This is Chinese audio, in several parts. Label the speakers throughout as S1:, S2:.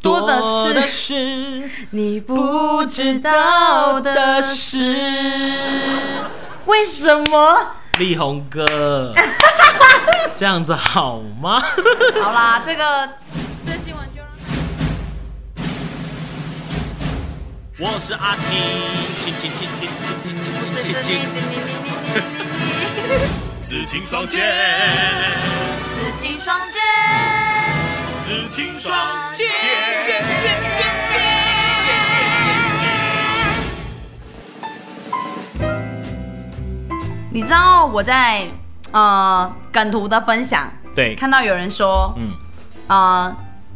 S1: 多的是
S2: 是
S1: 你不知道的事。
S2: 事。
S1: 为什么？
S2: 力宏哥，这样子好吗？
S1: 好啦，这个这新闻就让
S2: 我是阿青，青青青青青青青青青，紫青双剑，
S1: 紫青双剑，
S2: 紫青
S1: 剑剑剑剑剑。你知道我在呃梗图的分享，
S2: 对，
S1: 看到有人说，
S2: 嗯，
S1: 呃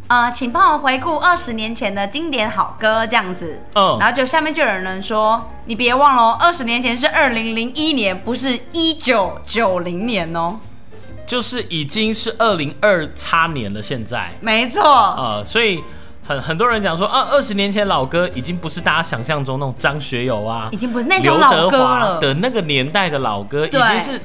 S1: 呃，请帮我回顾二十年前的经典好歌这样子。
S2: 嗯
S1: 然后就下面就有人说，你别忘了哦，二十年前是二零零一年，不是一九九零年哦。
S2: 就是已经是二零二叉年了，现在
S1: 没错，
S2: 呃，所以很很多人讲说，啊，二十年前老歌已经不是大家想象中那种张学友啊
S1: 已、经不是那
S2: 刘
S1: 种老
S2: 德
S1: 歌
S2: 华
S1: 了。
S2: 的那个年代的老歌，已
S1: 对
S2: 经是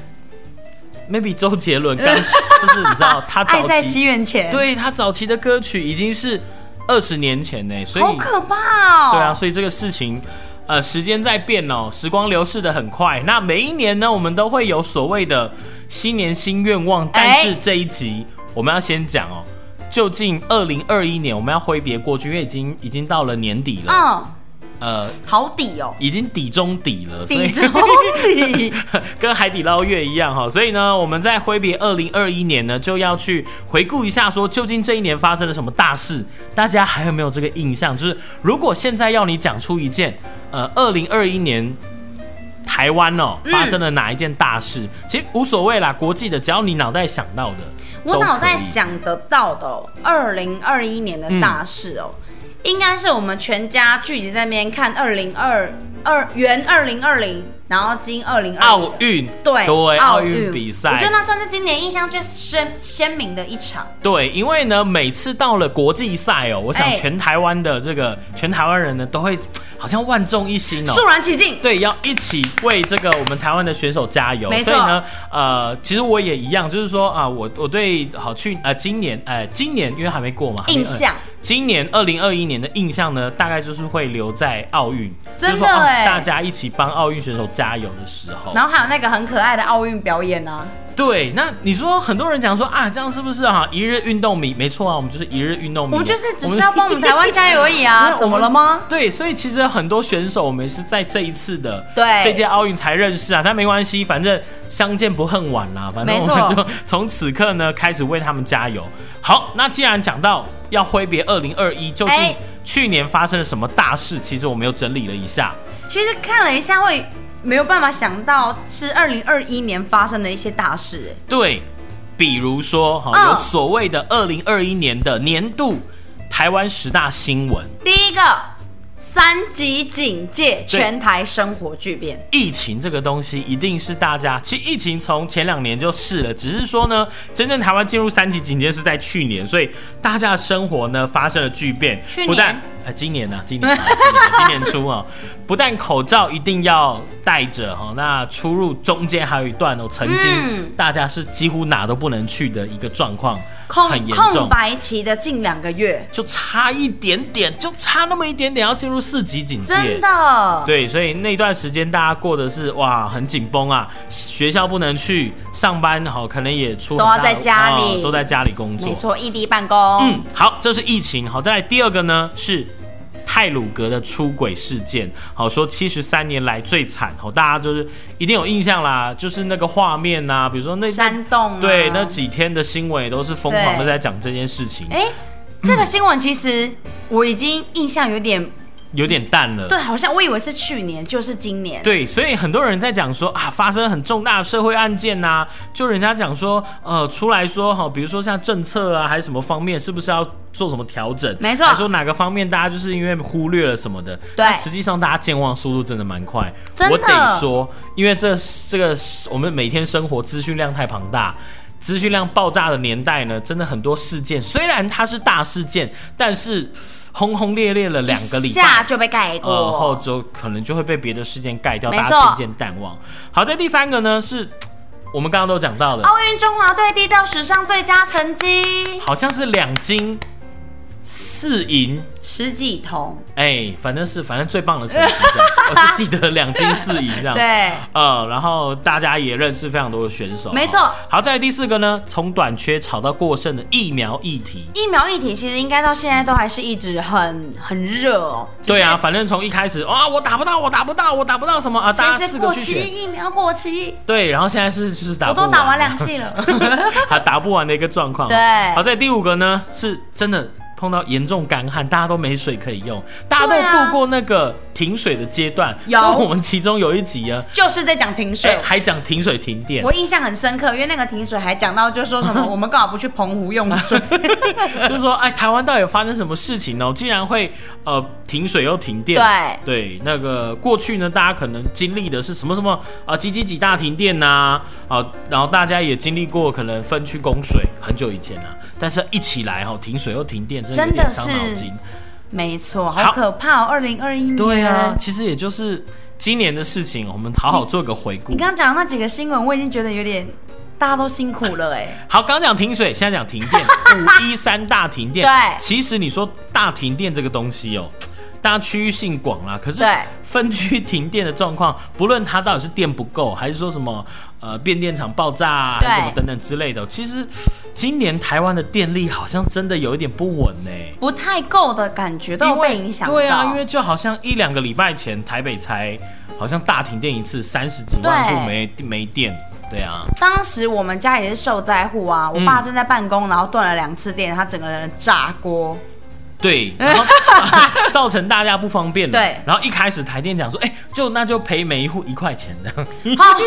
S2: maybe 周杰伦 刚就是你知道他
S1: 爱
S2: 早
S1: 在西
S2: 期，
S1: 元前，，
S2: 对他早期的歌曲已经是二十年前呢，所以
S1: 好可怕哦。
S2: 对啊，所以这个事情。呃，时间在变哦，时光流逝的很快。那每一年呢，我们都会有所谓的新年新愿望，但
S1: 哎
S2: 是这一集我们要先讲哦，究竟二零二一年我们要挥别过去，因为已经已经到了年底了，
S1: 嗯，
S2: 呃，
S1: 好底哦，
S2: 已经底中底了，所以
S1: 底 中底。
S2: 跟海底捞月一样哈，所以呢，我们在挥别二零二一年呢，就要去回顾一下，说究竟这一年发生了什么大事？大家还有没有这个印象？就是如果现在要你讲出一件，呃，
S1: 嗯
S2: 二零二一年台湾哦发生了哪一件大事，其实无所谓啦，国际的，只要你脑袋想到的，
S1: 我
S2: 都可以
S1: 脑袋想得到的、哦，二零二一年的大事哦，应该是我们全家聚集在那边看二零二二元二零二零，然后金二零二
S2: 奥运，
S1: 对
S2: 对，
S1: 奥
S2: 奥运比
S1: 我觉得
S2: 赛。
S1: 那算是今年印象最深鲜明的一场。
S2: 对，因为呢，每次到了国际赛哦，我想
S1: 哎
S2: 全台湾的这个、全台湾人呢，都会好像万众一心哦，
S1: 肃然起敬，
S2: 对，要一起为这个我们台湾的选手加油。
S1: 没错
S2: 所以呢，呃，其实我也一样，就是说啊、我我对好去呃今年呃今年因为还没过嘛，还没
S1: 印象
S2: 呃今年二零二一年的印象呢，大概就是会留在奥运，
S1: 真
S2: 就是
S1: 的
S2: 说啊
S1: 欸
S2: 大家一起帮奥运选手加油的时候。
S1: 然后还有那个很可爱的奥运表演啊呢、
S2: 嗯对，那你说很多人讲说啊，这样是不是啊一日运动迷？没错啊，我们就是一日运动迷，
S1: 我们就是只是要帮我们台湾加油而已啊，
S2: 那
S1: 怎么 了
S2: 我们
S1: 吗？？
S2: 对，所以其实很多选手我们是在这一次的
S1: 对
S2: 这届奥运才认识啊，但没关系，反正相见不恨晚啦，反正
S1: 没
S2: 我
S1: 错
S2: 们就从此刻呢开始为他们加油。好，那既然讲到要挥别二零二一，究
S1: 哎
S2: 竟去年发生了什么大事？其实我们又整理了一下，
S1: 其实看了一下会没有办法想到是二零二一年发生的一些大事、哎
S2: 对，比如说哈、
S1: 嗯
S2: 有所谓的二零二一年的年度台湾十大新闻，
S1: 第一个，三级警戒，全台生活巨变。
S2: 疫情这个东西一定是大家，其实疫情从前两年就试了，只是说呢，真正台湾进入三级警戒是在去年，所以大家的生活呢发生了巨变。
S1: 去年
S2: 不但呃今年呢、啊，今年、啊、今年 今年初啊，不但口罩一定要戴着哈、那出入中间还有一段哦，曾
S1: 嗯
S2: 经大家是几乎哪都不能去的一个状况，
S1: 空
S2: 很严
S1: 空
S2: 重。
S1: 白期的近两个月，
S2: 就差一点点，就差那么一点点，要进入四级警戒。
S1: 真的，
S2: 对，所以那段时间大家过的是哇很紧绷啊，学校不能去，上班好、可能也出很
S1: 都要
S2: 大
S1: 在家
S2: 哦
S1: 里
S2: 都在家里工作。
S1: 没，错，异地办公。
S2: 嗯，好，这是疫情。好，再来第二个呢是。泰鲁格的出轨事件，好说七十三年来最惨，好大家就是一定有印象啦，就是那个画面呐、比如说那
S1: 山洞啊
S2: 对那几天的新闻也都是疯狂的在讲这件事情，
S1: 哎，这个新闻其实我已经印象有点，
S2: 有点淡了。
S1: 对，好像我以为是去年，就是今年。
S2: 对，所以很多人在讲说啊，发生很重大的社会案件呐、就人家讲说，呃，出来说哈，比如说像政策啊，还是什么方面，是不是要做什么调整？
S1: 没错
S2: 还说哪个方面大家就是因为忽略了什么的。
S1: 对
S2: 但实际上大家健忘速度真的蛮快。
S1: 真的
S2: 我得说，因为这这个我们每天生活资讯量太庞大。资讯量爆炸的年代呢，真的很多事件，虽然它是大事件，但是轰轰烈烈了两个礼
S1: 一
S2: 拜，
S1: 下就被盖过。
S2: 呃，后周可能就会被别的事件盖掉，
S1: 没
S2: 大
S1: 错
S2: 家渐渐淡忘。好在第三个呢，是我们刚刚都讲
S1: 哦
S2: 到的，
S1: 奥运中华队缔造史上最佳成绩，
S2: 好像是两金四银，
S1: 十几铜，
S2: 哎，反正是反正最棒的成绩，这样 我就记得两金四银这样。
S1: 对，
S2: 呃，然后大家也认识非常多的选手，
S1: 没错
S2: 哦好，再来第四个呢，从短缺炒到过剩的疫苗议题。
S1: 疫苗一体其实应该到现在都还是一直很很热哦。就是
S2: 对啊，，反正从一开始啊，我打不到，我打不到，我打不到什么啊，大家
S1: 先
S2: 四
S1: 是
S2: 个
S1: 过
S2: 去
S1: 期
S2: 选。
S1: 疫苗过期，
S2: 对，然后现在是就是打
S1: 我
S2: 不完，
S1: 都打完两剂了。
S2: 还打不完的一个状况。
S1: 对
S2: 好在第五个呢，是真的碰到严重干旱，大家都没水可以用，大家
S1: 对啊
S2: 都度过那个停水的阶段。
S1: 有
S2: 像我们其中有一集啊，
S1: 就是在讲停
S2: 哎
S1: 水，，
S2: 还讲停水停电。
S1: 我印象很深刻，因为那个停水还讲到就说什么我们干嘛不去澎湖用水？
S2: 就是说，哎，台湾到底有发生什么事情呢？竟然会呃停水又停电？对，那个过去呢，大家可能经历的是什么什么啊，几几几大停电呐、啊，然后大家也经历过可能分区供水，很久以前啊，但是一起来哈、停水又停电，真的有点伤脑
S1: 真
S2: 筋。
S1: 没错，好可怕哦！二零二一年，
S2: 对啊，其实也就是今年的事情，我们好好做个回顾
S1: 你。刚刚讲的那几个新闻，我已经觉得有点大家都辛苦了哎、
S2: 好，刚讲停水，现在讲停 电，五一三大停电。
S1: 对
S2: 其实你说大停电这个东西哦，大家区域性广啦，可是
S1: 对
S2: 分区停电的状况，不论它到底是电不够，还是说什么呃变电厂爆炸、啊，还是什么
S1: 对
S2: 等等之类的，其实今年台湾的电力好像真的有一点 不稳呢、
S1: 不太够的感觉都有被影响到。
S2: 对啊，因为就好像一两个礼拜前台北才好像大停电一次，三十几万
S1: 对
S2: 户没没电。对啊，
S1: 当时我们家也是受灾户啊，
S2: 嗯
S1: 我爸正在办公，然后断了两次电，他整个人炸 锅。
S2: 对，然后造成大家不方便了。
S1: 对
S2: 然后一开始台电讲说，哎、就那就赔每一户一块钱这样，
S1: 好，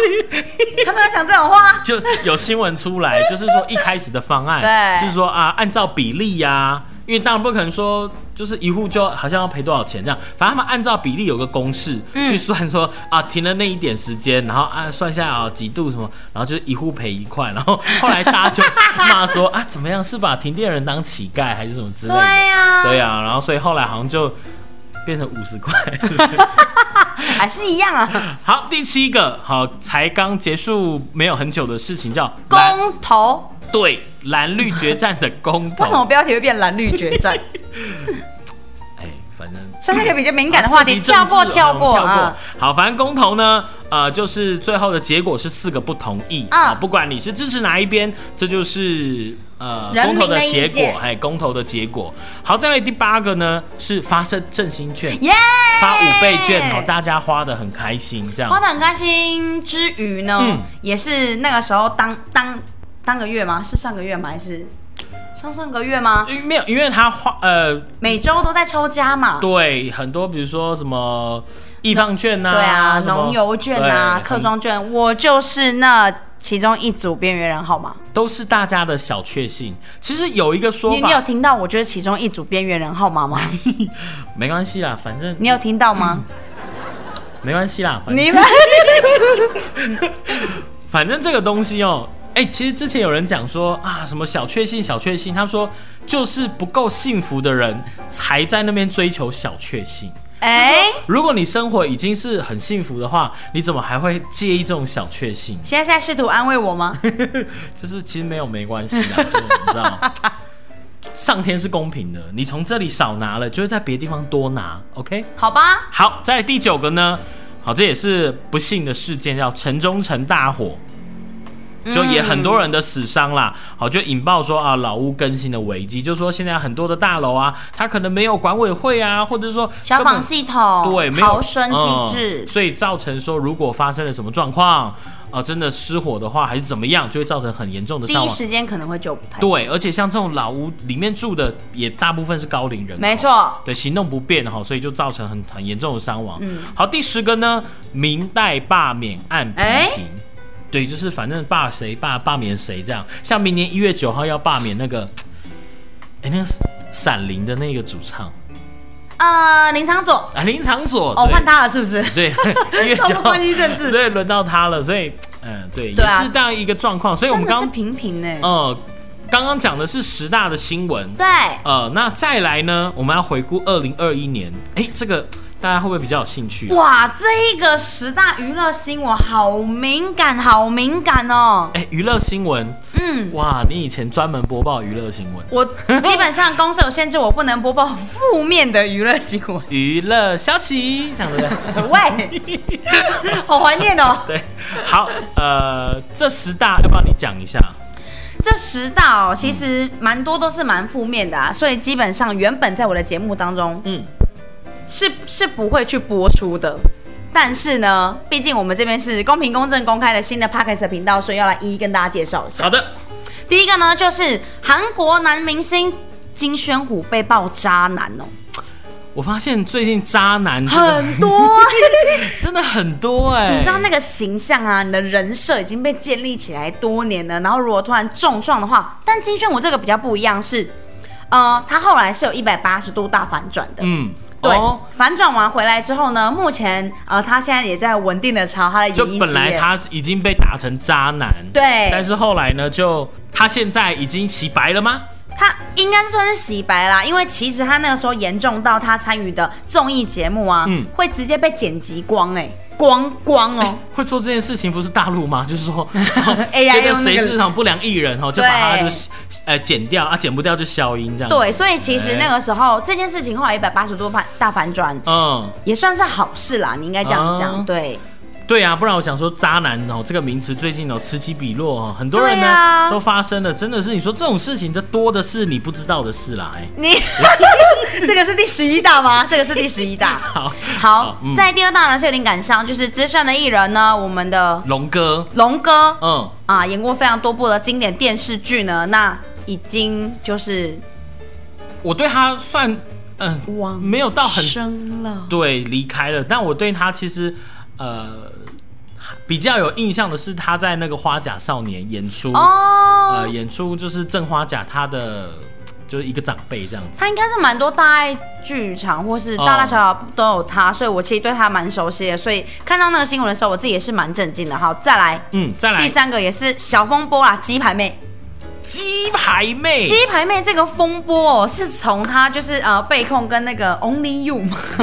S1: 他没有讲这种话。
S2: 就有新闻出来，就是说一开始的方案
S1: 对
S2: 是说啊，按照比例呀、因为当然不可能说，就是一户就好像要赔多少钱这样，反正他们按照比例有个公式、
S1: 嗯
S2: 去算说啊，停了那一点时间，然后啊算下啊几度什么，然后就是一户赔一块，然后后来大家就骂说啊怎么样是把停电人当乞丐还是什么之类
S1: 对
S2: 的，
S1: 呀、
S2: 对呀、然后所以后来好像就变成五十块。
S1: 还是一样啊。
S2: 好，第七个好，才刚结束没有很久的事情叫蓝
S1: 公投
S2: 对蓝绿决战的公投。
S1: 为什么标题会变蓝绿决战？
S2: 哎，反正。
S1: 算是一个比较敏感的话
S2: 啊涉
S1: 题，
S2: 及政
S1: 跳
S2: 治
S1: 过
S2: 哦
S1: 跳过
S2: 跳过
S1: 啊。。
S2: 好，反正公投呢，呃，就是最后的结果是四个不同意
S1: 嗯
S2: 啊，不管你是支持哪一边，这就是呃
S1: 人
S2: 公
S1: 民
S2: 投的
S1: 的意
S2: 结果
S1: 见，
S2: 哎，公投的结果。好，再来第八个呢，是发生振兴券，
S1: 耶！
S2: 发五倍券，哦，大家花的很开心，这样
S1: 花。的很开心之余呢，
S2: 嗯
S1: 也是那个时候当当当个月吗？是上个月吗？还是上上个月吗？
S2: 因为没有，因为他花呃，
S1: 每周都在抽加嘛，
S2: 对很多，比如说什么易放券呐、
S1: 对啊，
S2: 什么
S1: 农油券啊，
S2: 对
S1: 客
S2: 很
S1: 庄券，我就是那其中一组边缘人，好吗？
S2: 都是大家的小确幸。其实有一个说
S1: 你你有
S2: 法，
S1: 听到我就是其中一组边缘人 号码吗？
S2: 没关系啦，反正
S1: 你有听到吗？
S2: 没关系啦，反正
S1: 你们
S2: 反正这个东西哦、哎、其实之前有人讲说啊，什么小确幸，小确幸，他说就是不够幸福的人才在那边追求小确幸。
S1: 哎，
S2: 如果你生活已经是很幸福的话，你怎么还会介意这种小确幸？
S1: 现在是在试图安慰我吗？
S2: 嗯就是其实没有没关系 啦，就你知道，上天是公平的，你从这里少拿了，就会在别的地方多拿。OK，
S1: 好吧，
S2: 好，在第九个呢，好，这也是不幸的事件，叫城中城大火。
S1: 嗯
S2: 就也很多人的死伤啦，好就引爆说啊老屋更新的危机，就是说现在很多的大楼啊，它可能没有管委会啊，或者说
S1: 消
S2: 根本
S1: 防系统
S2: 对，没有
S1: 逃生机制
S2: 嗯，所以造成说如果发生了什么状况，啊，真的失火的话还是怎么样，就会造成很严重的
S1: 第
S2: 伤
S1: 一
S2: 亡。
S1: 时间可能会救不太。
S2: 对，而且像这种老屋里面住的也大部分是高龄人口，
S1: 没错，
S2: 对，行动不便哈，所以就造成很很严重的伤亡。嗯，好，第十个呢，明代罢免案批评。
S1: 哎
S2: 对，就是反正罢谁罢罢免谁这样，像明年一月九号要罢免那个，哎、那个闪灵的那个主唱
S1: 呃，林昌佐，
S2: 啊林长佐，
S1: 哦，
S2: 对哎
S1: 换他了是不是？
S2: 对， 一月
S1: 这
S2: 九
S1: 种
S2: 号
S1: 关系政治
S2: 对，轮到他了，所以嗯，对，
S1: 对啊
S2: 也是这样一个状况，所以我们
S1: 真的是
S2: 刚
S1: 平平呢。
S2: 呃刚刚讲的是十大的新闻，
S1: 对，
S2: 呃，那再来呢，我们要回顾二零二一年，哎、这个。大家会不会比较有兴趣？啊
S1: 哇，这一个十大娱乐新闻好敏感，好敏感哦。
S2: 哎，娱乐新闻，
S1: 嗯，
S2: 哇，你以前专门播报娱乐新闻，
S1: 我基本上公司有限制，我不能播报负面的娱乐新闻。
S2: 娱乐消息，这样对不对？
S1: 喂，好怀念哦。
S2: 对，好，呃，这十大要不要你讲一下？
S1: 这十大哦，其实蛮多都是蛮负面的啊，所以基本上原本在我的节目当中
S2: 嗯，
S1: 是是不会去播出的。但是呢，毕竟我们这边是公平、公正、公开的新的 podcast 频道，所以要来一一跟大家介绍一下。
S2: 好的，
S1: 第一个呢，就是韩国男明星金宣虎被爆渣男哦，
S2: 我发现最近渣男真的
S1: 很多。
S2: 真的很多哎、
S1: 你知道那个形象啊，你的人设已经被建立起来多年了，然后如果突然重创的话，但金宣武这个比较不一样是，呃，他后来是有一百八十度大反转的。
S2: 嗯，
S1: 对，
S2: 哦，
S1: 反转完回来之后呢，目前呃，他现在也在稳定的朝他的演
S2: 就
S1: 艺
S2: 本
S1: 事
S2: 来
S1: 业。
S2: 他已经被打成渣男，但
S1: 对，
S2: 是后来呢，就他现在已经洗白了吗？
S1: 他应该是算是洗白啦，因为其实他那个时候严重到他参与的综艺节目啊，
S2: 嗯
S1: 会直接被剪辑光哎、光光 哦，
S2: 会做这件事情不是大陆吗？ 就是 说，
S1: AI
S2: 这个谁
S1: 用那个
S2: 市场不良艺人哦，就把他
S1: 对
S2: 就是呃剪掉啊，剪不掉就消音这样。，
S1: 对，所以其实
S2: 哎
S1: 那个时候、这件事情后来一百八十度反大反转，
S2: 嗯，
S1: 也算是好事啦，你应该这样讲。
S2: 哦
S1: 对，
S2: 对啊，不然我想说渣男哦这个名词最近哦此起彼落哦，很多人呢、
S1: 对啊
S2: 都发生了，真的是你说这种事情，这多的是你不知道的事啦。哎，
S1: 你 这个是第十一大吗？这个是第十一大。
S2: 好，
S1: 好，
S2: 嗯
S1: 在第二大呢是有点感伤，就是资深的艺人呢，我们的
S2: 龙哥，
S1: 龙哥
S2: 嗯，
S1: 啊，演过非常多部的经典电视剧呢，那已经就是
S2: 我对他算嗯、
S1: 往
S2: 没有到很
S1: 生了。
S2: 对离开了，但我对他其实呃比较有印象的是他在那个《花甲少年》演出
S1: 哦，
S2: 呃，演出就是郑花甲他的就是一个长辈这样子。
S1: 他应该是蛮多大爱剧场或是大大小小都有他，所以我其实对他蛮熟悉的。所以看到那个新闻的时候，我自己也是蛮震惊的。好，再来
S2: 嗯，再
S1: 第
S2: 来
S1: 三个也是小风波啦，鸡排妹。
S2: 鸡排妹，
S1: 鸡排妹这个风波哦，是从她就是呃被控跟那个 Only You 嘛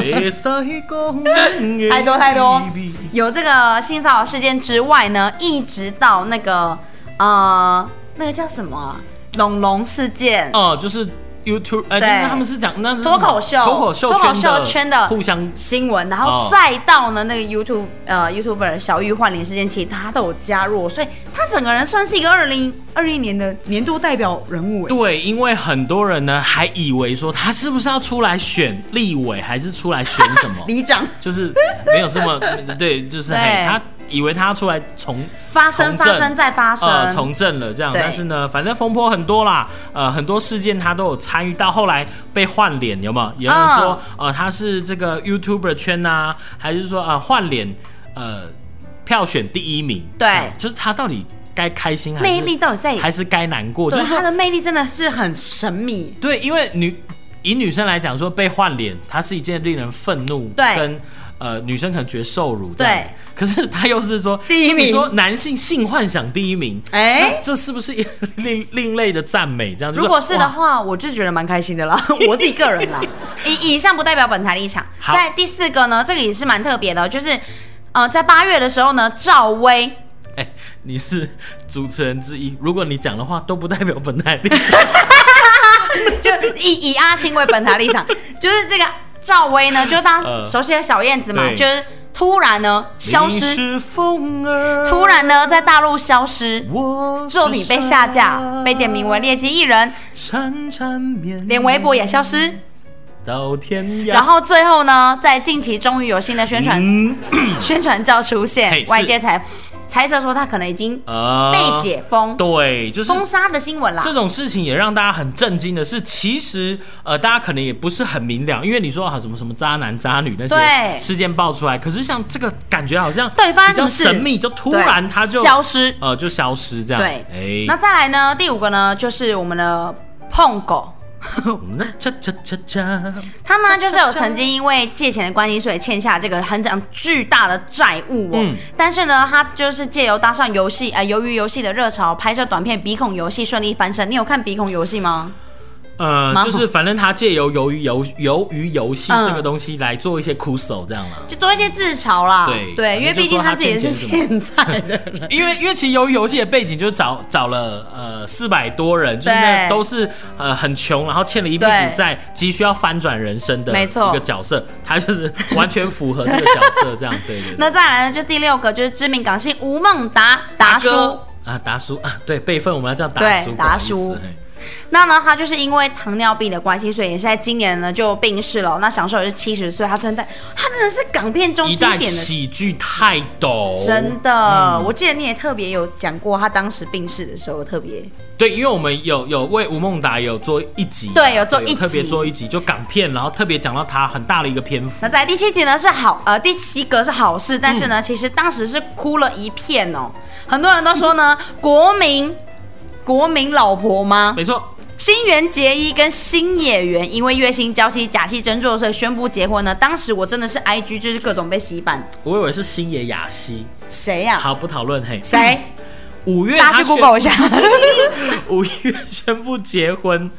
S1: 太多太多有这个性骚扰事件之外呢，一直到那个呃那个叫什么啊龙龙事件，
S2: 哦、就是 YouTube，哎、就是
S1: 对
S2: 他们是讲那是什
S1: 脱
S2: 么
S1: 口秀
S2: 脱口秀
S1: 脱口
S2: 圈的
S1: 秀圈的
S2: 互相
S1: 新闻，然后
S2: 哦
S1: 再到呢那个 YouTube 呃 YouTuber 小玉换脸事件，其实他都有加入，所以他整个人算是一个二零二一年的年度代表人物。哎？
S2: 对，因为很多人呢还以为说他是不是要出来选立委，还是出来选什么
S1: 里长
S2: 就是没有这么对，就是
S1: 对
S2: 嘿他以为他要出来从
S1: 发生
S2: 从
S1: 发
S2: 政
S1: 生再发生，
S2: 呃从政了这样，
S1: 对
S2: 但是呢，反正风波很多啦，呃，很多事件他都有参与到，后来被换脸有没有？有人
S1: 嗯
S2: 说、呃他是这个 YouTuber 圈呐、还是说啊、呃、换脸呃票选第一名？
S1: 对
S2: 这样就是他到底该开心还是
S1: 魅力到底在
S2: 还是该难过？就
S1: 对
S2: 是说
S1: 他的魅力真的是很神秘。
S2: 对，因为女以女生来讲说被换脸，它是一件令人愤怒，
S1: 对
S2: 跟呃女生可能觉得受辱，这样
S1: 对。
S2: 可是他又是说
S1: 第一名
S2: 你说男性性幻想第一名，
S1: 哎、
S2: 那这是不是也另另类的赞美？这样，就
S1: 如果是的
S2: 哇
S1: 话，我就觉得蛮开心 的啦，我自己个人啦。以以上不代表本台立场。
S2: 好
S1: 在第四个呢，这个也是蛮特别的，哦就是呃，在八月的时候呢，赵薇
S2: 哎、你是主持人之一，如果你讲的话都不代表本台立场。
S1: 就以 以阿青为本台立 场，就是这个赵薇呢，就当
S2: 呃
S1: 熟悉的小燕子嘛，
S2: 对
S1: 就是突然呢 消
S2: 你
S1: 失，
S2: 是风儿，
S1: 突然呢在大陆消失。
S2: 我是
S1: 作品被下架，
S2: 沙
S1: 被点名为劣迹艺人，
S2: 缠缠绵绵，
S1: 连微博也消失。
S2: 到天 涯。
S1: 然后最后呢，在近期终于有新的宣传
S2: 嗯，
S1: 宣传照出
S2: 嘿
S1: 现，
S2: 是
S1: 外界才猜测说他可能已经
S2: 呃
S1: 被解封、
S2: 对，就是
S1: 封杀的新闻啦。
S2: 这种事情也让大家很震惊的是，其实呃，大家可能也不是很明了，因为你说啊什么什么渣男渣女那些
S1: 对
S2: 事件爆出来，可是像这个感觉好像
S1: 到底发
S2: 比
S1: 生什
S2: 较
S1: 么事
S2: 神秘，就突然
S1: 对
S2: 他就
S1: 消失。
S2: 呃就消失这样。
S1: 对，
S2: 哎
S1: 那，再来呢？第五个呢，就是我们的碰狗，
S2: 那cha cha cha cha
S1: 他呢就是有曾经因为借钱的关系，所以欠下这个很长巨大的债务哦。
S2: 嗯
S1: 但是呢，他就是借由搭上游戏，呃，由于游戏的热潮，拍摄短片《鼻孔游戏》顺利翻身。你有看《鼻孔游戏》吗？
S2: 呃，
S1: 蛮好
S2: 就是反正他借由鱿鱼游鱿鱼游戏
S1: 嗯
S2: 这个东西来做一些苦手这样啦、
S1: 就做一些自嘲啦。
S2: 对
S1: 对，因为
S2: 反正就
S1: 毕竟
S2: 说他
S1: 自己也是
S2: 欠钱
S1: 欠债的人。
S2: 因为因为其实鱿鱼游戏的背景就是找找了呃四百多人，就是那
S1: 对
S2: 都是呃很穷，然后欠了一屁股
S1: 对
S2: 债，急需要翻转人生的
S1: 没错
S2: 一个角色，他就是 完全符合这个角色这样，对对对。
S1: 那再来呢，就第六个就是知名港星吴孟达达
S2: 达
S1: 叔
S2: 叔。啊，达叔啊，对辈分我们要这样达
S1: 对
S2: 叔，
S1: 达叔
S2: 不好意思嘿
S1: 那呢，他就是因为糖尿病的关系，所以也是在今年呢就病逝了。那享受也是七十岁，他真的，他真的是港片中
S2: 一
S1: 经
S2: 代嗯
S1: 典的，
S2: 喜剧泰斗，
S1: 真的。我记得你也特别有讲过，他当时病逝的时候特别
S2: 对，因为我们有有为吴孟达有做一集嘛，
S1: 对有做一
S2: 特别
S1: 集
S2: 做一集，就港片，然后特别讲到他很大的一个篇幅
S1: 那。在第七集呢是好，呃，第七个是好事，但是呢，其实当时是哭了一片哦。很多人都 说呢，国民国民老婆吗？
S2: 没错，
S1: 新垣结衣跟新演员因为月薪娇妻假戏真做，所以宣布结婚呢。当时我真的是 IG 就是各种被洗版，
S2: 我以为是星野雅希。
S1: 谁呀、
S2: 好，不讨论嘿。
S1: 谁？
S2: 五月
S1: 大家
S2: 他
S1: 去
S2: 宣
S1: Google 一下。
S2: 五月宣布结婚。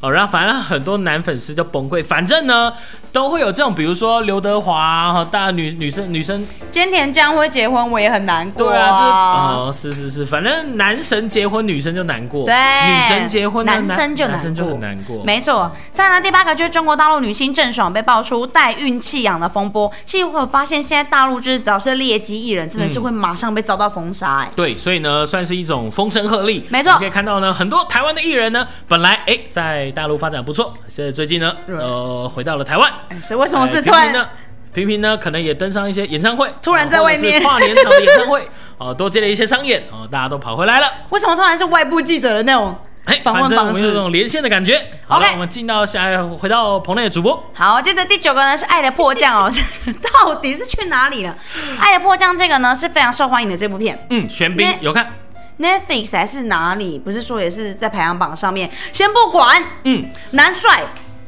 S2: 哦，然后反正很多男粉丝就崩溃，反正呢都会有这种，比如说刘德华啊，哦大家女女生女生，
S1: 菅田将晖结婚，我也很难过
S2: 对啊，就是哦是是是，反正男神结婚女生就难过，
S1: 对，
S2: 女神结婚呢
S1: 男生就
S2: 男
S1: 难
S2: 生就很难过，
S1: 没错，再来第八个就是中国大陆女星郑爽被爆出代孕弃养的风波。其实我发现现在大陆就是只要是劣迹艺人，真
S2: 嗯
S1: 的是会马上被遭到封杀、哎、
S2: 对，所以呢，算是一种风声鹤唳。
S1: 没错
S2: 你可以看到呢，很多台湾的艺人呢，本来哎在大陆发展不错，现在最近呢，
S1: 对
S2: 呃，回到了台湾。
S1: 哎所以为什么
S2: 哎
S1: 是
S2: 平
S1: 突
S2: 平
S1: 然？
S2: 呢？平平呢，可能也登上一些演唱会，
S1: 突然
S2: 哦
S1: 在
S2: 或者
S1: 外
S2: 是
S1: 面
S2: 跨年场的演唱 会，哦，多接了一些商演，哦，大家都跑回来了。
S1: 为什么突然是外部记者的那种
S2: 哎，
S1: 访
S2: 反
S1: 问
S2: 正我
S1: 方
S2: 们有
S1: 式？
S2: 种连线的感觉。好了
S1: OK
S2: 我们进到下一回到棚内的主播，
S1: 好，接着第九个呢是《爱的迫降》 哦，是到底是去哪里了？《爱的迫降》这个呢是非常受欢迎的这部片
S2: 嗯，玄彬
S1: 那
S2: 有看，
S1: ，Netflix 还是哪里？不是说也是在排行榜上面？先不管，
S2: 嗯，
S1: 男帅，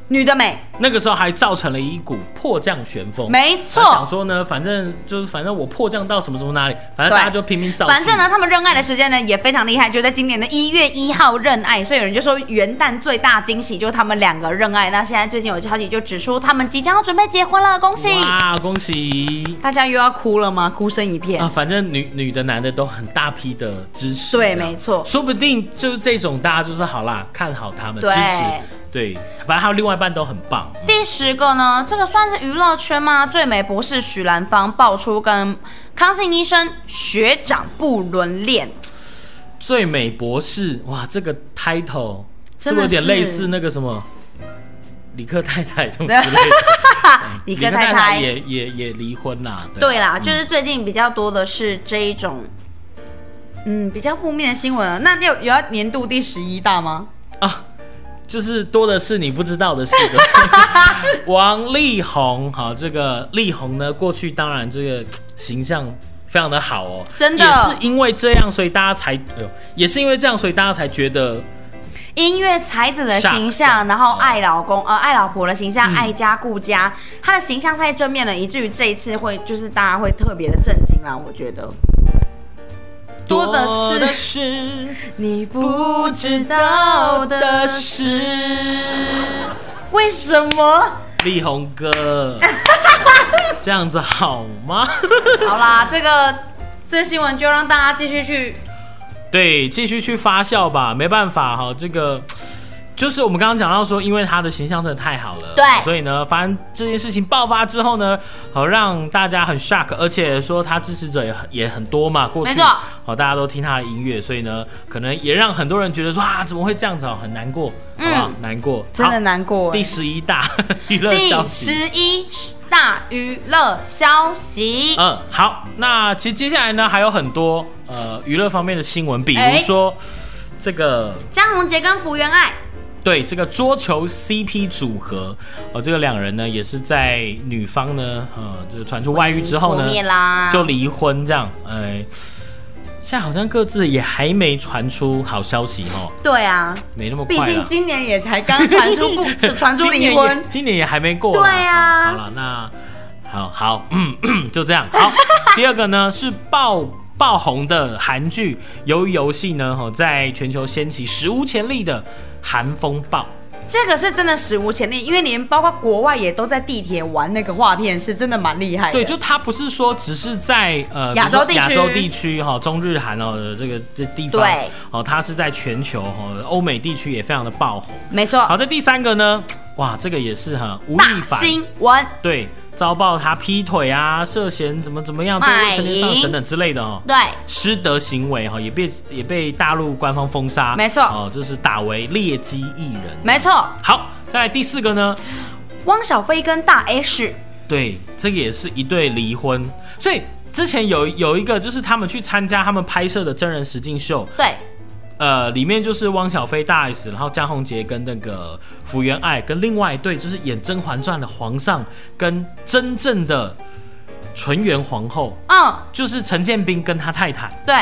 S1: 女的美，
S2: 那个时候还造成了一股迫降旋风。
S1: 没
S2: 他
S1: 错
S2: 想。说呢，反正就是反正我迫降到什么什么哪里，反正
S1: 对
S2: 大家就拼命造句。
S1: 反正呢，他们认爱的时间呢也非常厉害，就在今年的一月一号认爱，所以有人就说元旦最大惊喜就是他们两个认爱。那现在最近有消息就指出他们即将要准备结婚了，恭喜！
S2: 哇，恭喜！
S1: 大家又要哭了吗？哭声一片。
S2: 啊，反正女女的男的都很大批的支持，
S1: 对
S2: 这样
S1: 没错
S2: 说不定就是这种大家就是好啦，看好他们支
S1: 对
S2: 持，对，反正还有另外一半都很棒，
S1: 第十个呢，这个算是娱乐圈吗？最美博士许兰芳爆出跟康信医生学长不伦恋，
S2: 最美博士，哇，这个 title 是
S1: 真
S2: 不是
S1: 的
S2: 有点
S1: 是
S2: 类似那个什么理科太太什么之类的？
S1: 李
S2: 理
S1: 克
S2: 科
S1: 太
S2: 太
S1: 太。
S2: 也也也离婚啦，对
S1: 对啦，就是最近比较多的是这一种，嗯，比较负面的新闻啊。那有有要年度第十一大吗？
S2: 啊，就是多的是你不知道的事。对王力宏，好，这个力宏呢，过去当然这个形象非常的好哦，
S1: 真的
S2: 也是因为这样，所以大家才，哎呦，也是因为这样，所以大家才觉得
S1: 音乐才子的形
S2: 下
S1: 象，然后爱老公呃爱老婆的形象，爱家顾家，他的形象太正面了，以至于这一次会就是大家会特别的震惊啦。我觉得多的是
S2: 多的是
S1: 你
S2: 不知道的事。
S1: 为什么？
S2: 力宏 哥，这样子好吗？
S1: 好啦，这个这新闻就让大家继续去
S2: 对，继续去发酵吧，没办法哈，这个。就是我们刚刚讲到说，因为他的形象真的太好了，
S1: 对
S2: 所以呢，反正这件事情爆发之后呢，好让大家很 shock，而且说他支持者也很也很多嘛，过去
S1: 没错
S2: 好大家都听他的音乐，所以呢，可能也让很多人觉得说啊，怎么会这样子哦，很难过，好不好？难过，
S1: 嗯真的
S2: 好
S1: 难过欸、
S2: 第十一大 娱乐消
S1: 第
S2: 息，
S1: 十一大娱乐消息。
S2: 嗯，好，那其实接下来呢还有很多呃娱乐方面的新闻，比如
S1: 哎
S2: 说、这个
S1: 江宏杰跟福原爱，
S2: 对这个桌球 CP 组合，哦，这个两人呢也是在女方呢，呃，这个传出外遇之后呢
S1: 破，灭啦，
S2: 就离婚这样，哎、现在好像各自也还没传出好消息哦，
S1: 对啊，
S2: 没那么
S1: 毕
S2: 快
S1: 竟
S2: 了。
S1: 今年也才刚传出不传出
S2: 今年
S1: 离
S2: 也
S1: 婚，
S2: 今年也还没过啦。哦
S1: 对啊
S2: 好好了，那好好，嗯，就这样。 好，第二个呢是爆爆红的韩哦剧《鱿鱼游戏》呢，哈，在全球掀起史无前例的韩风暴。
S1: 这个是真的史无前例，因为连包括国外也都在地铁玩那个画片，是真的蛮厉害的。
S2: 对，就它不是说只是在呃
S1: 亚洲地区
S2: 比如说亚洲地区哈、中日韩哦这个这地方，
S1: 对，
S2: 哦，它是在全球哦，欧美地区也非常的爆红。
S1: 没错，
S2: 好，这第三个呢，哇，这个也是哈，吴亦
S1: 大
S2: 凡
S1: 新闻，
S2: 对遭爆他劈腿啊，涉嫌怎么怎么样，对
S1: 卖
S2: 未成年上
S1: 淫
S2: 等等之类的哦。
S1: 对，
S2: 失德行为哈，也被也被大陆官方封杀，
S1: 没错
S2: 哦，这是打为劣迹艺人。
S1: 没错，
S2: 好，再来第四个呢，
S1: 汪小菲跟大 S，
S2: 对，这个也是一对离婚，所以之前有有一个就是他们去参加他们拍摄的真人实境秀，
S1: 对，
S2: 呃，里面就是汪小菲、大 S，然后江宏杰跟那个福原爱跟另外一对就是演《甄嬛传》的皇上跟真正的纯元皇后，
S1: 嗯，
S2: 就是陈建斌跟他太太，
S1: 对，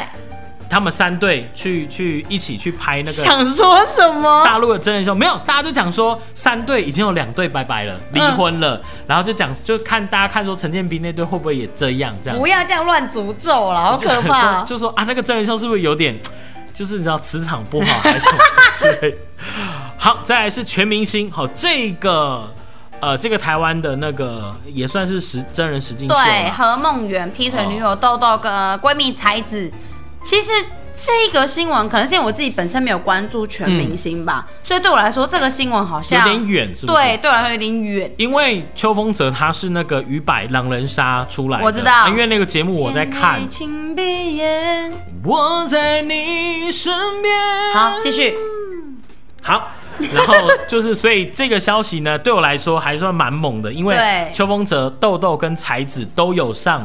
S2: 他们三对去去一起去拍那个。
S1: 想说什么？
S2: 大陆的真人秀没有，大家就讲说三对已经有两对拜拜了，离婚
S1: 嗯
S2: 了，然后就讲就看大家看说陈建斌那对会不会也这样这样，
S1: 不要这样乱诅咒了，好
S2: 就
S1: 可怕
S2: 说。就说啊那个真人秀是不是有点，就是你知道磁场不好还是什么之类。好，再来是全明星，好这个呃这个台湾的那个也算是实真人实境秀
S1: 对，
S2: 啦，
S1: 何梦圆劈腿女友豆豆跟
S2: 哦
S1: 呃闺蜜才子，其实这个新闻可能是因为我自己本身没有关注全明星吧，所以对我来说这个新闻好
S2: 嗯有
S1: 像
S2: 点远是不是？
S1: 对，对我来说有点远。
S2: 因为邱风泽他是那个于百狼人杀出来的，啊
S1: 我知道
S2: 因为那个节目我在看
S1: 天黑。请闭眼。
S2: 我在你身边。
S1: 好，继续。
S2: 好，然后就是，所以这个消息呢，对我来说还算蛮猛的，因为
S1: 对
S2: 邱风泽、豆豆跟才子都有上《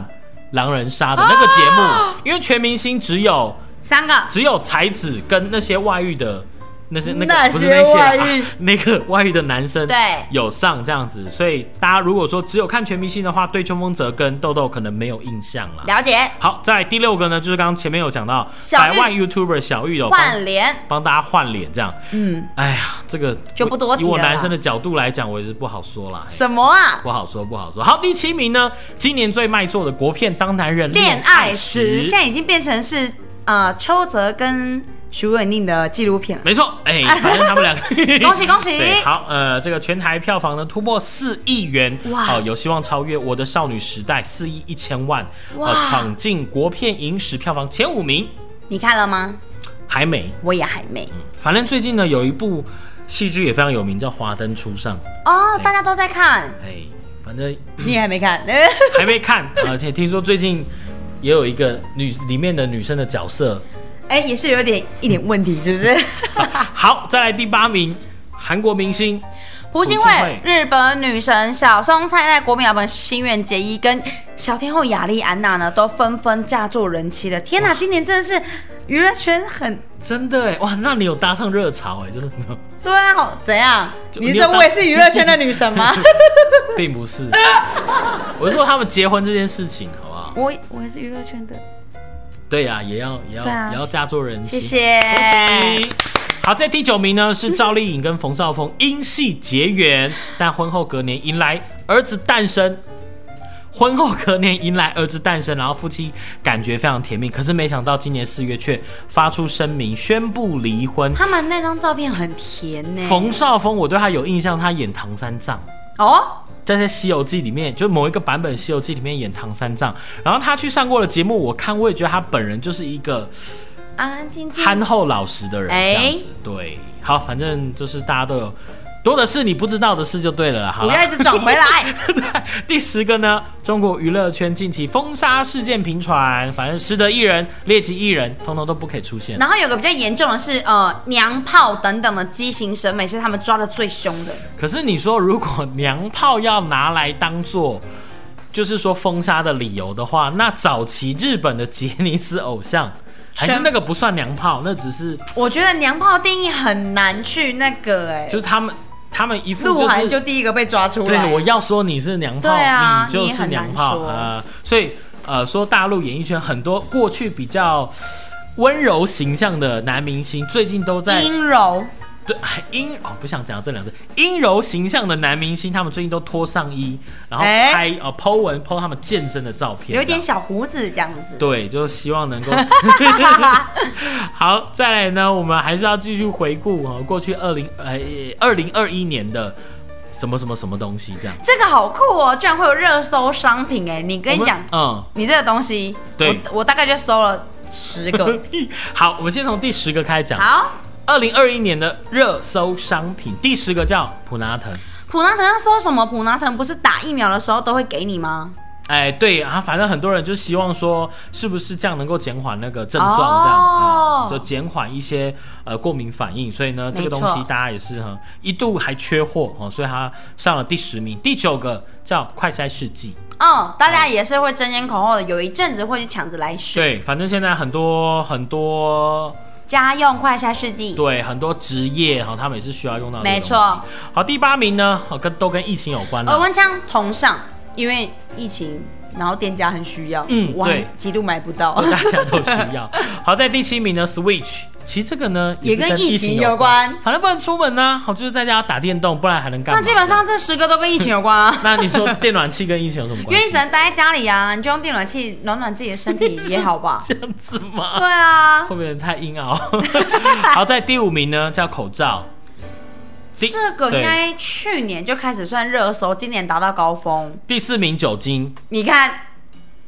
S2: 狼人杀》
S1: 啊
S2: 的那个节目，因为全明星只有
S1: 三个
S2: 只有才子跟那些外遇的。那些那个
S1: 那
S2: 不是
S1: 些
S2: 那些
S1: 外
S2: 啊
S1: 遇
S2: 那个外遇的男生
S1: 对
S2: 有上这样子，所以大家如果说只有看全明星的话，对邱风泽跟豆豆可能没有印象啦。
S1: 了解，
S2: 好，再来第六个呢，就是刚刚前面有讲到
S1: 小玉
S2: 百万 YouTuber 小玉哦有帮
S1: 换脸，
S2: 帮大家换脸这样。
S1: 嗯，
S2: 哎呀，这个
S1: 就不多
S2: 以
S1: 提了
S2: 我
S1: 啦
S2: 男生的角度来讲，我也是不好说啦。哎
S1: 什么啊？
S2: 不好说，不好说。好，第七名呢，今年最卖座的国片《当男人
S1: 恋爱
S2: 爱
S1: 时现在已经变成是呃邱泽跟徐伟宁的纪录片了。
S2: 没错， 哎、反正他们两个
S1: 恭喜恭喜
S2: 对，好，呃，这个全台票房呢突破四亿元，
S1: 哇
S2: 好、有希望超越《我的少女时代》四亿一千万，
S1: 哇
S2: 呃，闯进国片影史票房前五名，
S1: 你看了吗？
S2: 还没。
S1: 我也还没
S2: 反正最近呢有一部戏剧也非常有名，叫《华灯初上》，
S1: 哦，大家都在看，
S2: 哎，反正
S1: 你也还没看。
S2: 还没看，而且听说最近也有一个女里面的女生的角 色。
S1: 哎、也是有点一点问题，是不是？
S2: 好，再来第八名，韩国明星
S1: 朴信
S2: 朴信
S1: 惠
S2: 惠、
S1: 日本女神小松菜奈、国民老板新垣结衣跟小天后雅丽安娜呢，都纷纷嫁作人妻了。天哪，今年真的是娱乐圈很
S2: 真的哎哇，那你有搭上热潮 哎，就是
S1: 对啊，好怎样？
S2: 就
S1: 你是说
S2: 你有
S1: 我也是娱乐圈的女神 吗？
S2: 并不是，我是说他们结婚这件事情，好不好？
S1: 我我也是娱乐圈的，
S2: 对呀、也要也要、
S1: 对啊
S2: 也要嫁做人妻。
S1: 谢谢。
S2: 嗯好，在第九名呢是赵丽颖跟冯绍峰因戏结缘，但婚后隔年迎来儿子诞生。婚后隔年迎来儿子诞生，然后夫妻感觉非常甜蜜。可是没想到今年四月却发出声明，宣布离婚。
S1: 他们那张照片很甜呢、
S2: 冯绍峰，我对他有印象，他演唐三藏。
S1: 哦，
S2: 在《西游记》里面，就某一个版本《西游记》里面演唐三藏，然后他去上过的节目，我看我也觉得他本人就是一个
S1: 安安静静。
S2: 憨厚老实的人，
S1: 哎
S2: 这样子、对。好，反正就是大家都有多的是你不知道的事就对了啦。好
S1: 不要一
S2: 了，
S1: 直转回来，
S2: 第十个呢，中国娱乐圈近期封杀事件频传，反正失德艺人、劣迹艺人，通通都不可以出现。
S1: 然后有个比较严重的是，呃，娘炮等等的畸形审美是他们抓的最凶的。
S2: 可是你说，如果娘炮要拿来当做。就是说封杀的理由的话，那早期日本的杰尼斯偶像，还是
S1: 全
S2: 那个不算娘炮，那只是
S1: 我觉得娘炮定义很难去那个哎、
S2: 就是他们他们一副
S1: 鹿
S2: 就
S1: 晗
S2: 是
S1: 就第一个被抓出来。
S2: 对，我要说你是娘炮，
S1: 对啊
S2: 你就是娘炮
S1: 你也很难说
S2: 呃，所以呃，说大陆演艺圈很多过去比较温柔形象的男明星，最近都在
S1: 阴柔，
S2: 对哎阴哦，不想讲这两个字，阴柔形象的男明星，他们最近都脱上衣，然后
S1: 哎
S2: 拍、呃 po 文 po 他们健身的照片，
S1: 留一点小胡子这样子。
S2: 对，就希望 能够 好。再来呢，我们还是要继续回顾哦，过去二零呃二零二一年的什么什么什么东西这样。
S1: 这个好酷哦，居然会有热搜商品哎！你跟你讲，
S2: 我们嗯
S1: 你这个东西，
S2: 对
S1: 我我大概就搜了十个
S2: 嗯。，好，我们先从第十个开始讲。
S1: 好，
S2: 二零二一年的热搜商品，第十个叫普拿疼。
S1: 普拿疼要搜什么？普拿疼不是打疫苗的时候都会给你吗？
S2: 哎，对啊，反正很多人就希望说，是不是这样能够减缓那个症状，这样、啊
S1: 哦
S2: 就减缓一些呃过敏反应。所以呢，这个东
S1: 没
S2: 西
S1: 错
S2: 大家也是哈，一度还缺货哦，所以它上了第十名。第九个叫快筛试剂，
S1: 嗯，大家也是会争先恐后的，有一阵子会去抢着来试。
S2: 对，反正现在很多很多
S1: 家用快筛试剂，
S2: 对很多职业哈、他们也是需要用到。
S1: 没错。哦
S2: 好，第八名呢，哦跟都跟疫情有关
S1: 额
S2: 了。
S1: 温枪同上，因为疫情，然后店家很需要，
S2: 嗯
S1: 我还
S2: 对
S1: 极度买不到，
S2: 大家都需要。好，在第七名呢，Switch，其实这个呢
S1: 也
S2: 是
S1: 跟
S2: 跟
S1: 疫情
S2: 情
S1: 有关
S2: 关，反正不能出门呢、好就是在家打电动，不然还能干嘛？
S1: 那基本上这十个都跟疫情有 关啊。
S2: 那你说电暖器跟疫情有什么
S1: 因
S2: 关
S1: 为你
S2: 系？
S1: 只？能待在家里啊，你就用电暖气暖暖自己的身体也好吧
S2: 这样子吗？
S1: 对啊，
S2: 会不会太硬拗？ 好，在第五名呢叫口罩，第
S1: 这个应该去年就开始算热搜，今年达到高峰。
S2: 第四名酒精，
S1: 你看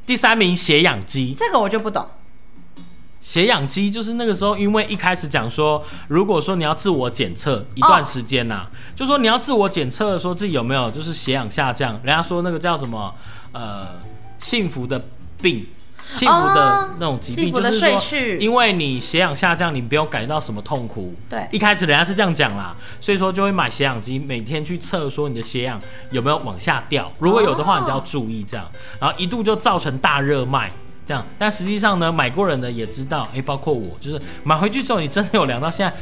S2: 第三名血氧机。
S1: 这个我就不懂，
S2: 血氧机就是那个时候，因为一开始讲说，如果说你要自我检测一段时间呐、就说你要自我检测，说自己有没有就是血氧下降，人家说那个叫什么呃幸福的病。幸福的
S1: 哦
S2: 那种疾病，
S1: 幸福的
S2: 就是说
S1: 睡去
S2: 因为你血氧下降，你不用感觉到什么痛苦。
S1: 对
S2: 一开始人家是这样讲啦，所以说就会买血氧机，每天去测说你的血氧有没有往下掉，如果有的话，你就要注意这样。然后一度就造成大热卖。这样，但实际上呢，买过人呢也知道，诶、哎包括我，就是买回去之后，你真的有量到现在。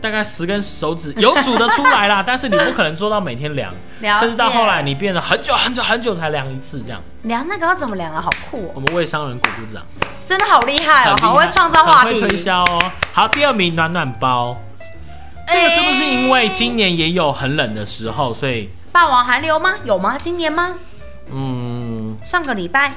S2: 大概十根手指有数得出来 啦，但是你不可能做到每天量，
S1: 了解
S2: 甚至到后来你变了很久很久很久才量一次这样。
S1: 量那个要怎么量啊？好酷
S2: 我
S1: 哦，
S2: 们为商人鼓鼓掌，
S1: 真的好厉害
S2: 很
S1: 哦，
S2: 厉害
S1: 好会创造话
S2: 很会推
S1: 题。
S2: 销哦。好，第二名暖暖包，这个是不是因为今年也有很冷的时候，所以
S1: 霸王寒流吗？有吗？今年吗？
S2: 嗯，
S1: 上个礼拜，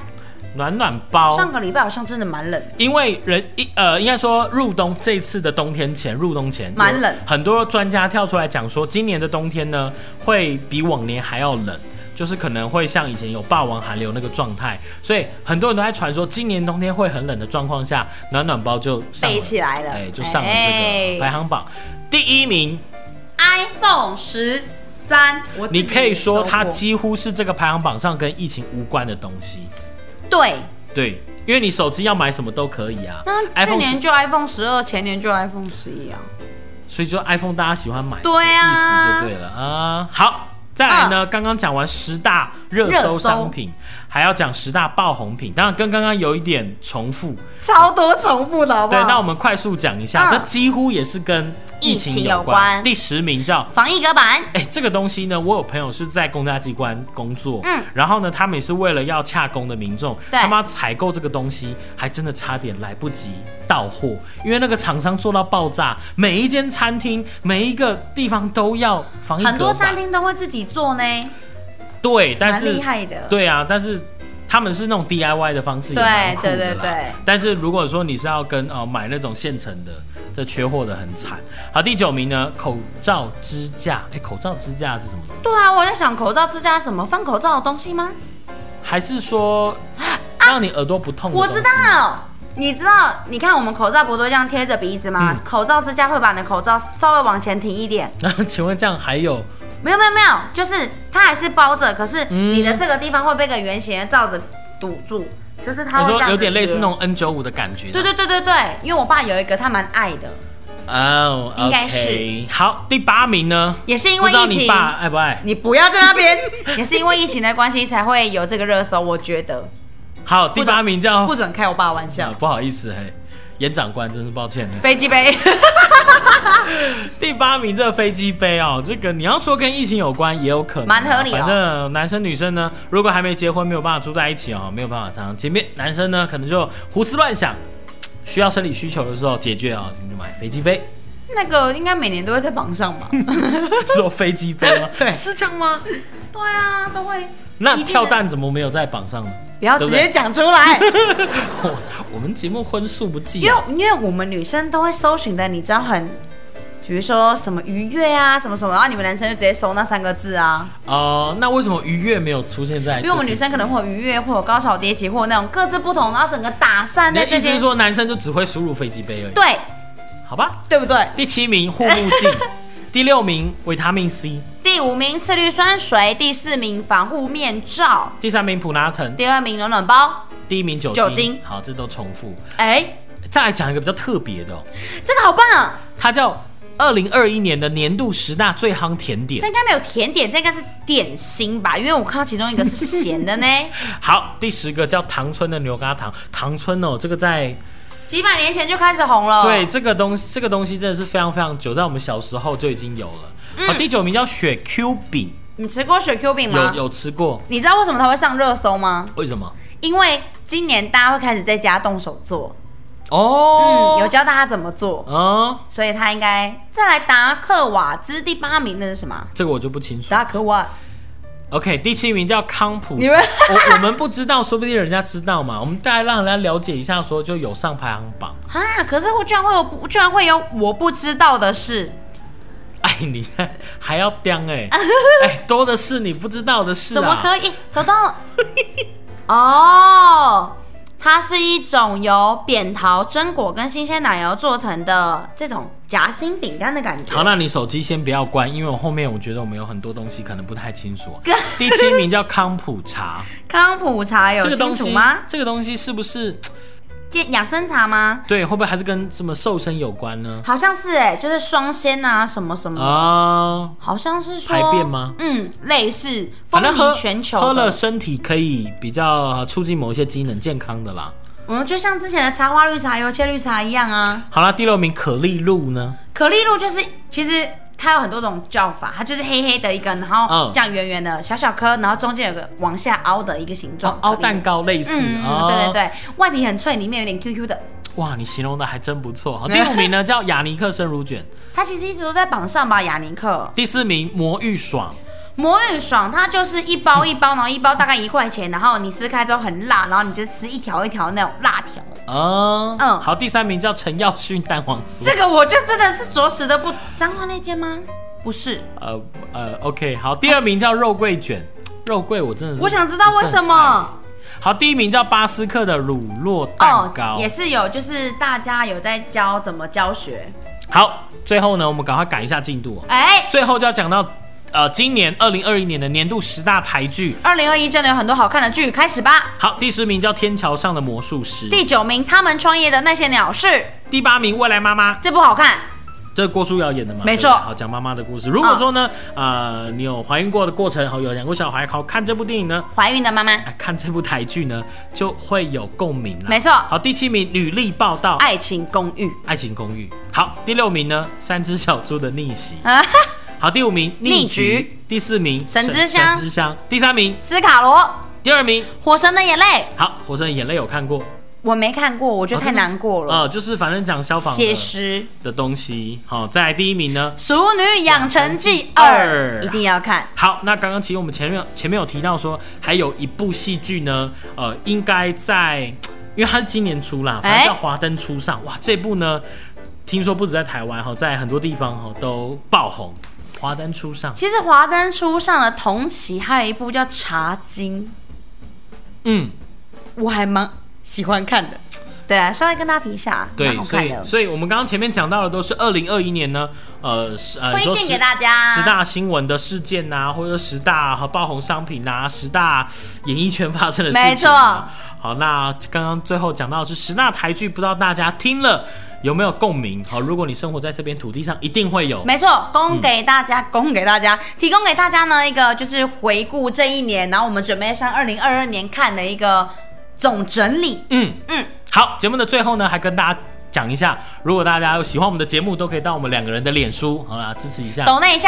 S2: 暖暖包
S1: 上个礼拜好像真的蛮冷，
S2: 因为人一呃，应该说入冬这一次的冬天前，入冬前
S1: 蛮冷，
S2: 很多专家跳出来讲说，今年的冬天呢会比往年还要冷。就是可能会像以前有霸王寒流那个状态，所以很多人都在传说今年冬天会很冷的状况下，暖暖包就上了
S1: 背起来了，哎
S2: 哎、就上了这个排行榜、哎第一名。
S1: iPhone 十三，我自己
S2: 你可以说它
S1: 搜过
S2: 几乎是这个排行榜上跟疫情无关的东西，
S1: 对，
S2: 对，因为你手机要买什么都可以啊。
S1: 那去
S2: iPhone
S1: 年就 iPhone 十二，前年就 iPhone 十一啊。
S2: 所以就 iPhone 大家喜欢买，
S1: 对啊嗯
S2: 意思就对了啊、好，再来呢，刚刚讲完十大热搜商品，还要讲十大爆红品，当然跟刚刚有一点重复。
S1: 超多重复的，好不
S2: 对，那我
S1: 好？
S2: 们快速讲一下，
S1: 嗯
S2: 这几乎也是跟疫
S1: 疫
S2: 情
S1: 情
S2: 有
S1: 有关
S2: 第十名叫
S1: 防疫隔板，
S2: 哎、这个东西呢，我有朋友是在公家机关工作，嗯
S1: 嗯，
S2: 然后呢，他们也是为了要洽公的民众，
S1: 对
S2: 他们要采购这个东西，还真的差点来不及到货，因为那个厂商做到爆炸，每一间餐厅、每一个地方都要防疫
S1: 很多
S2: 隔板
S1: 餐，厅都会自己做呢，
S2: 对，但
S1: 蛮
S2: 是
S1: 厉害的。
S2: 对啊，但是。他们是那种 DIY 的方式，也
S1: 对
S2: 蛮酷的
S1: 对
S2: 啦
S1: 对对
S2: 但是如果说你是要跟呃买那种现成的，这缺货的很惨。好，第九名呢，口罩支架。哎、口罩支架是什么东西？
S1: 对啊，我在想口罩支架是什么放口罩的东西吗？
S2: 还是说让你耳朵不痛、
S1: 啊我知道。，你知道，你看我们口罩不都这样贴着鼻子吗？
S2: 嗯
S1: 口罩支架会把你的口罩稍微往前挺一点，
S2: 那请问这样还有
S1: 没有没有没有，就是它还是包着，可是你的这个地方会被一个圆形的罩子堵住，就是它
S2: 你
S1: 会这
S2: 说
S1: 样
S2: 有点类似那
S1: 种。
S2: 种 N 九五的感觉？
S1: 对对对对对，因为我爸有一个，他蛮爱的，
S2: 哦，OK，
S1: 应该是
S2: 好，第八名呢？
S1: 也是因
S2: 不
S1: 为
S2: 知道
S1: 疫
S2: 你
S1: 情，
S2: 爸哎爱不爱？
S1: 你不要在那边， 也是因为疫情的关系才会有这个热搜，我觉得
S2: 好，第八名叫
S1: 不准开我爸玩
S2: 啊
S1: 笑。
S2: 不好意思嘿，严长官真是抱歉 了。
S1: 飞机杯，
S2: 第八名这个飞机杯哦，这个你要说跟疫情有关也有可能啊，
S1: 蛮合理哦
S2: 反正男生女生呢，如果还没结婚，没有办法住在一起哦，没有办法常常见面。男生呢，可能就胡思乱想，需要生理需求的时候解决啊、哦，你就买飞机杯。
S1: 那个应该每年都会在榜上吧？
S2: 坐飞机杯吗？
S1: 对
S2: 是这样吗？
S1: 对啊，都会。
S2: 那
S1: 一定的
S2: 跳蛋怎么没有在榜上呢？
S1: 不要
S2: 对
S1: 直
S2: 不对
S1: 接讲出来，
S2: 我 我们节目荤素不忌
S1: 因
S2: 啊、
S1: 为因为我们女生都会搜寻的，你知道很，比如说什么愉悦啊，什么什么，然后你们男生就直接搜那三个字啊，
S2: 呃，那为什么愉悦没有出现在？
S1: 因为我们女生可能会有愉悦，或有高潮迭起，或有那种各自不同，然后整个打散
S2: 你
S1: 在
S2: 的
S1: 这
S2: 意思
S1: 些
S2: 是，说男生就只会输入飞机杯而已？
S1: 对
S2: 好吧。
S1: 对不对？
S2: 第七名护目 镜，第六名维他命 C，
S1: 第五名次氯酸水，第四名防护面罩，
S2: 第三名普拿疼，
S1: 第二名暖暖包。
S2: 第一名酒精。
S1: 酒精
S2: 好，这都重复。
S1: 哎、
S2: 再来讲一个比较特别的、哦，
S1: 这个好棒啊！
S2: 它叫二零二一年的年度十大最夯甜点
S1: 这。应该没有甜点，这应该是点心吧？因为我看到其中一个是 咸的呢。
S2: 好，第十个叫唐村的牛轧糖，唐村哦，这个在
S1: 几百年前就开始红了。
S2: 对，这个东西，这个东西真的是非常非常久，在我们小时候就已经有了。
S1: 嗯
S2: 好，第九名叫雪 Q 饼，
S1: 你吃过雪 Q 饼吗
S2: 有？有吃过？
S1: 你知道为什么它会上热搜吗？
S2: 为什么？
S1: 因为今年大家会开始在家动手做，
S2: 哦
S1: 嗯，，有教大家怎么做，
S2: 嗯，
S1: 所以它应该再来达克瓦兹第八名那是什么？
S2: 这个我就不清楚。
S1: 达克瓦，
S2: OK，第七名叫康普茶，
S1: 你们
S2: 我我们不知道，说不定人家知道嘛。我们大概让人家了解一下，说就有上排行榜。
S1: 啊！可是我居然会有不，居然会有我不知道的事，
S2: 哎，你看还要刁 哎、哎，多的是你不知道的事啊。
S1: 怎么可以 走到？哦，它是一种由扁桃、榛果跟新鲜奶油做成的这种夹心饼干的感觉。
S2: 好，那你手机先不要关，因为我后面我觉得我们有很多东西可能不太清 楚。啊第七名叫康普茶，
S1: 康普茶有
S2: 这个东
S1: 清楚
S2: 西
S1: 吗？
S2: 这个东西是不是
S1: 健养生茶吗？
S2: 对？会不会还是跟什么瘦身有关呢？
S1: 好像是哎、就是双鲜啊，什么什么，
S2: 啊、
S1: 好像是说
S2: 排便吗？
S1: 嗯，类似风
S2: 反正喝
S1: 靡全球
S2: 喝了
S1: 的。
S2: 身体可以比较促进某一些机能健康的啦。
S1: 我们就像之前的茶花绿茶、油切绿茶一样啊。
S2: 好啦，第六名可丽露呢？
S1: 可丽露就是其实它有很多种叫法，它就是黑黑的一个，然后
S2: 嗯
S1: 这样圆圆的小小颗，然后中间有个往下凹的一个形状。
S2: 啊哦凹
S1: 可丽
S2: 蛋
S1: 露。
S2: 糕类似
S1: 嗯，
S2: 哦
S1: 嗯对对对，外皮很脆，里面有点 QQ 的。
S2: 哇，你形容的还真不错。
S1: 嗯
S2: 好，第五名呢叫雅尼克生乳卷，
S1: 它其实一直都在榜上吧，雅尼克。
S2: 第四名魔芋爽，
S1: 魔芋爽，它就是一包一包，然后一包大概一块钱，然后你撕开之后很辣，然后你就吃一条一条那种辣条。
S2: 嗯
S1: 嗯
S2: 好，第三名叫陈耀勋蛋黄酥。
S1: 这个我就真的是着实的不脏话那间吗？不是，
S2: 呃呃，OK，好，第二名叫肉桂卷，肉桂我真的是
S1: 我想知道为什。么
S2: 好，第一名叫巴斯克的乳酪蛋糕。
S1: 哦也是有，就是大家有在教怎么教学。
S2: 好，最后呢，我们赶快赶一下进度、哦。
S1: 哎，
S2: 最后就要讲到，呃，今年二零二一年的年度十大台剧。
S1: 二零二一真的有很多好看的剧，开始吧。
S2: 好，第十名叫《天桥上的魔术师》，
S1: 第九名，他们创业的那些鸟事，
S2: 第八名《未来妈妈》，
S1: 这部好看。
S2: 这郭书瑶演的嘛？
S1: 没错哦
S2: 对不对好，讲妈妈的故事。如果说呢，呃，你有怀孕过的过程，好，有养过小孩，好看这部电影呢，
S1: 怀孕的妈妈，
S2: 哎看这部台剧呢，就会有共鸣了。
S1: 没错
S2: 好，第七名《履历报道》
S1: 爱情公寓
S2: 爱情公寓。好，第六名呢，三只小猪的逆袭。
S1: 啊，
S2: 好，第五名
S1: 逆局
S2: 第四名
S1: 神之香
S2: 神之香，第三名，
S1: 斯卡罗，
S2: 第二名。
S1: 火神的眼泪，
S2: 好，《火神的眼泪》有看过，
S1: 我没看过，我觉得
S2: 哦
S1: 太
S2: 真的
S1: 难过了。
S2: 呃，就是反正讲消防
S1: 写
S2: 的
S1: 实
S2: 的东西。好，再来第一名呢。
S1: 《熟女养成记
S2: 二
S1: 二》一定要看。
S2: 好，那刚刚其实我们前面前面有提到说，还有一部戏剧呢，呃，应该在，因为它是今年出啦，反正
S1: 哎
S2: 叫《华灯初上》哇，这部呢，听说不止在台湾哈，在很多地方哈都爆红，《华灯初上》
S1: 其实华灯初上的同期还有一部叫《茶经
S2: 嗯。》，
S1: 我还蛮喜欢看的。对啊，稍微跟大家提一下，蛮
S2: 对，
S1: 好
S2: 所
S1: 看
S2: 以
S1: 的，
S2: 所以我们刚刚前面讲到的都是二零二一年呢，呃，是呃，
S1: 推
S2: 说
S1: 荐
S2: 十
S1: 给大家。
S2: 十大新闻的事件呐、或者十大和爆红商品呐、十大演艺圈发生的事情、啊。
S1: 没错
S2: 好，那刚刚最后讲到的是十大台剧，不知道大家听了有没有共鸣？好，如果你生活在这边土地上，一定会有。
S1: 没错，供给大家，
S2: 嗯
S1: 供给大家，提供给大家呢一个就是回顾这一年，然后我们准备上二零二二年看的一个总整理。
S2: 嗯，
S1: 嗯，
S2: 好，节目的最后呢，还跟大家。讲一下，如果大家有喜欢我们的节目，都可以到我们两个人的脸书，好啦，支持一下。
S1: 抖那一下，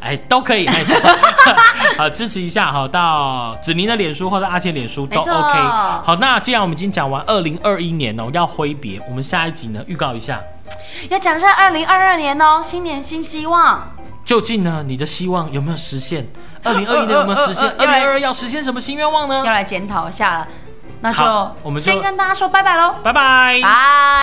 S2: 哎，都可以， 哎，好支持一下哈，到子宁的脸书或者阿健脸书都
S1: 没错
S2: OK。好，那既然我们已经讲完二零二一年哦，要挥别，我们下一集呢预告一下，
S1: 要讲一下二零二二年哦，新年新希望。
S2: 究竟呢，你的希望有没有实现？二零二一年有没有实现？
S1: 呃 呃呃
S2: 二零
S1: 呃呃
S2: 二二要实现什么新愿望呢
S1: 要？来检讨一下了。那
S2: 好
S1: 就
S2: 我们就
S1: 先跟大家说拜拜喽，
S2: 拜拜。
S1: 拜。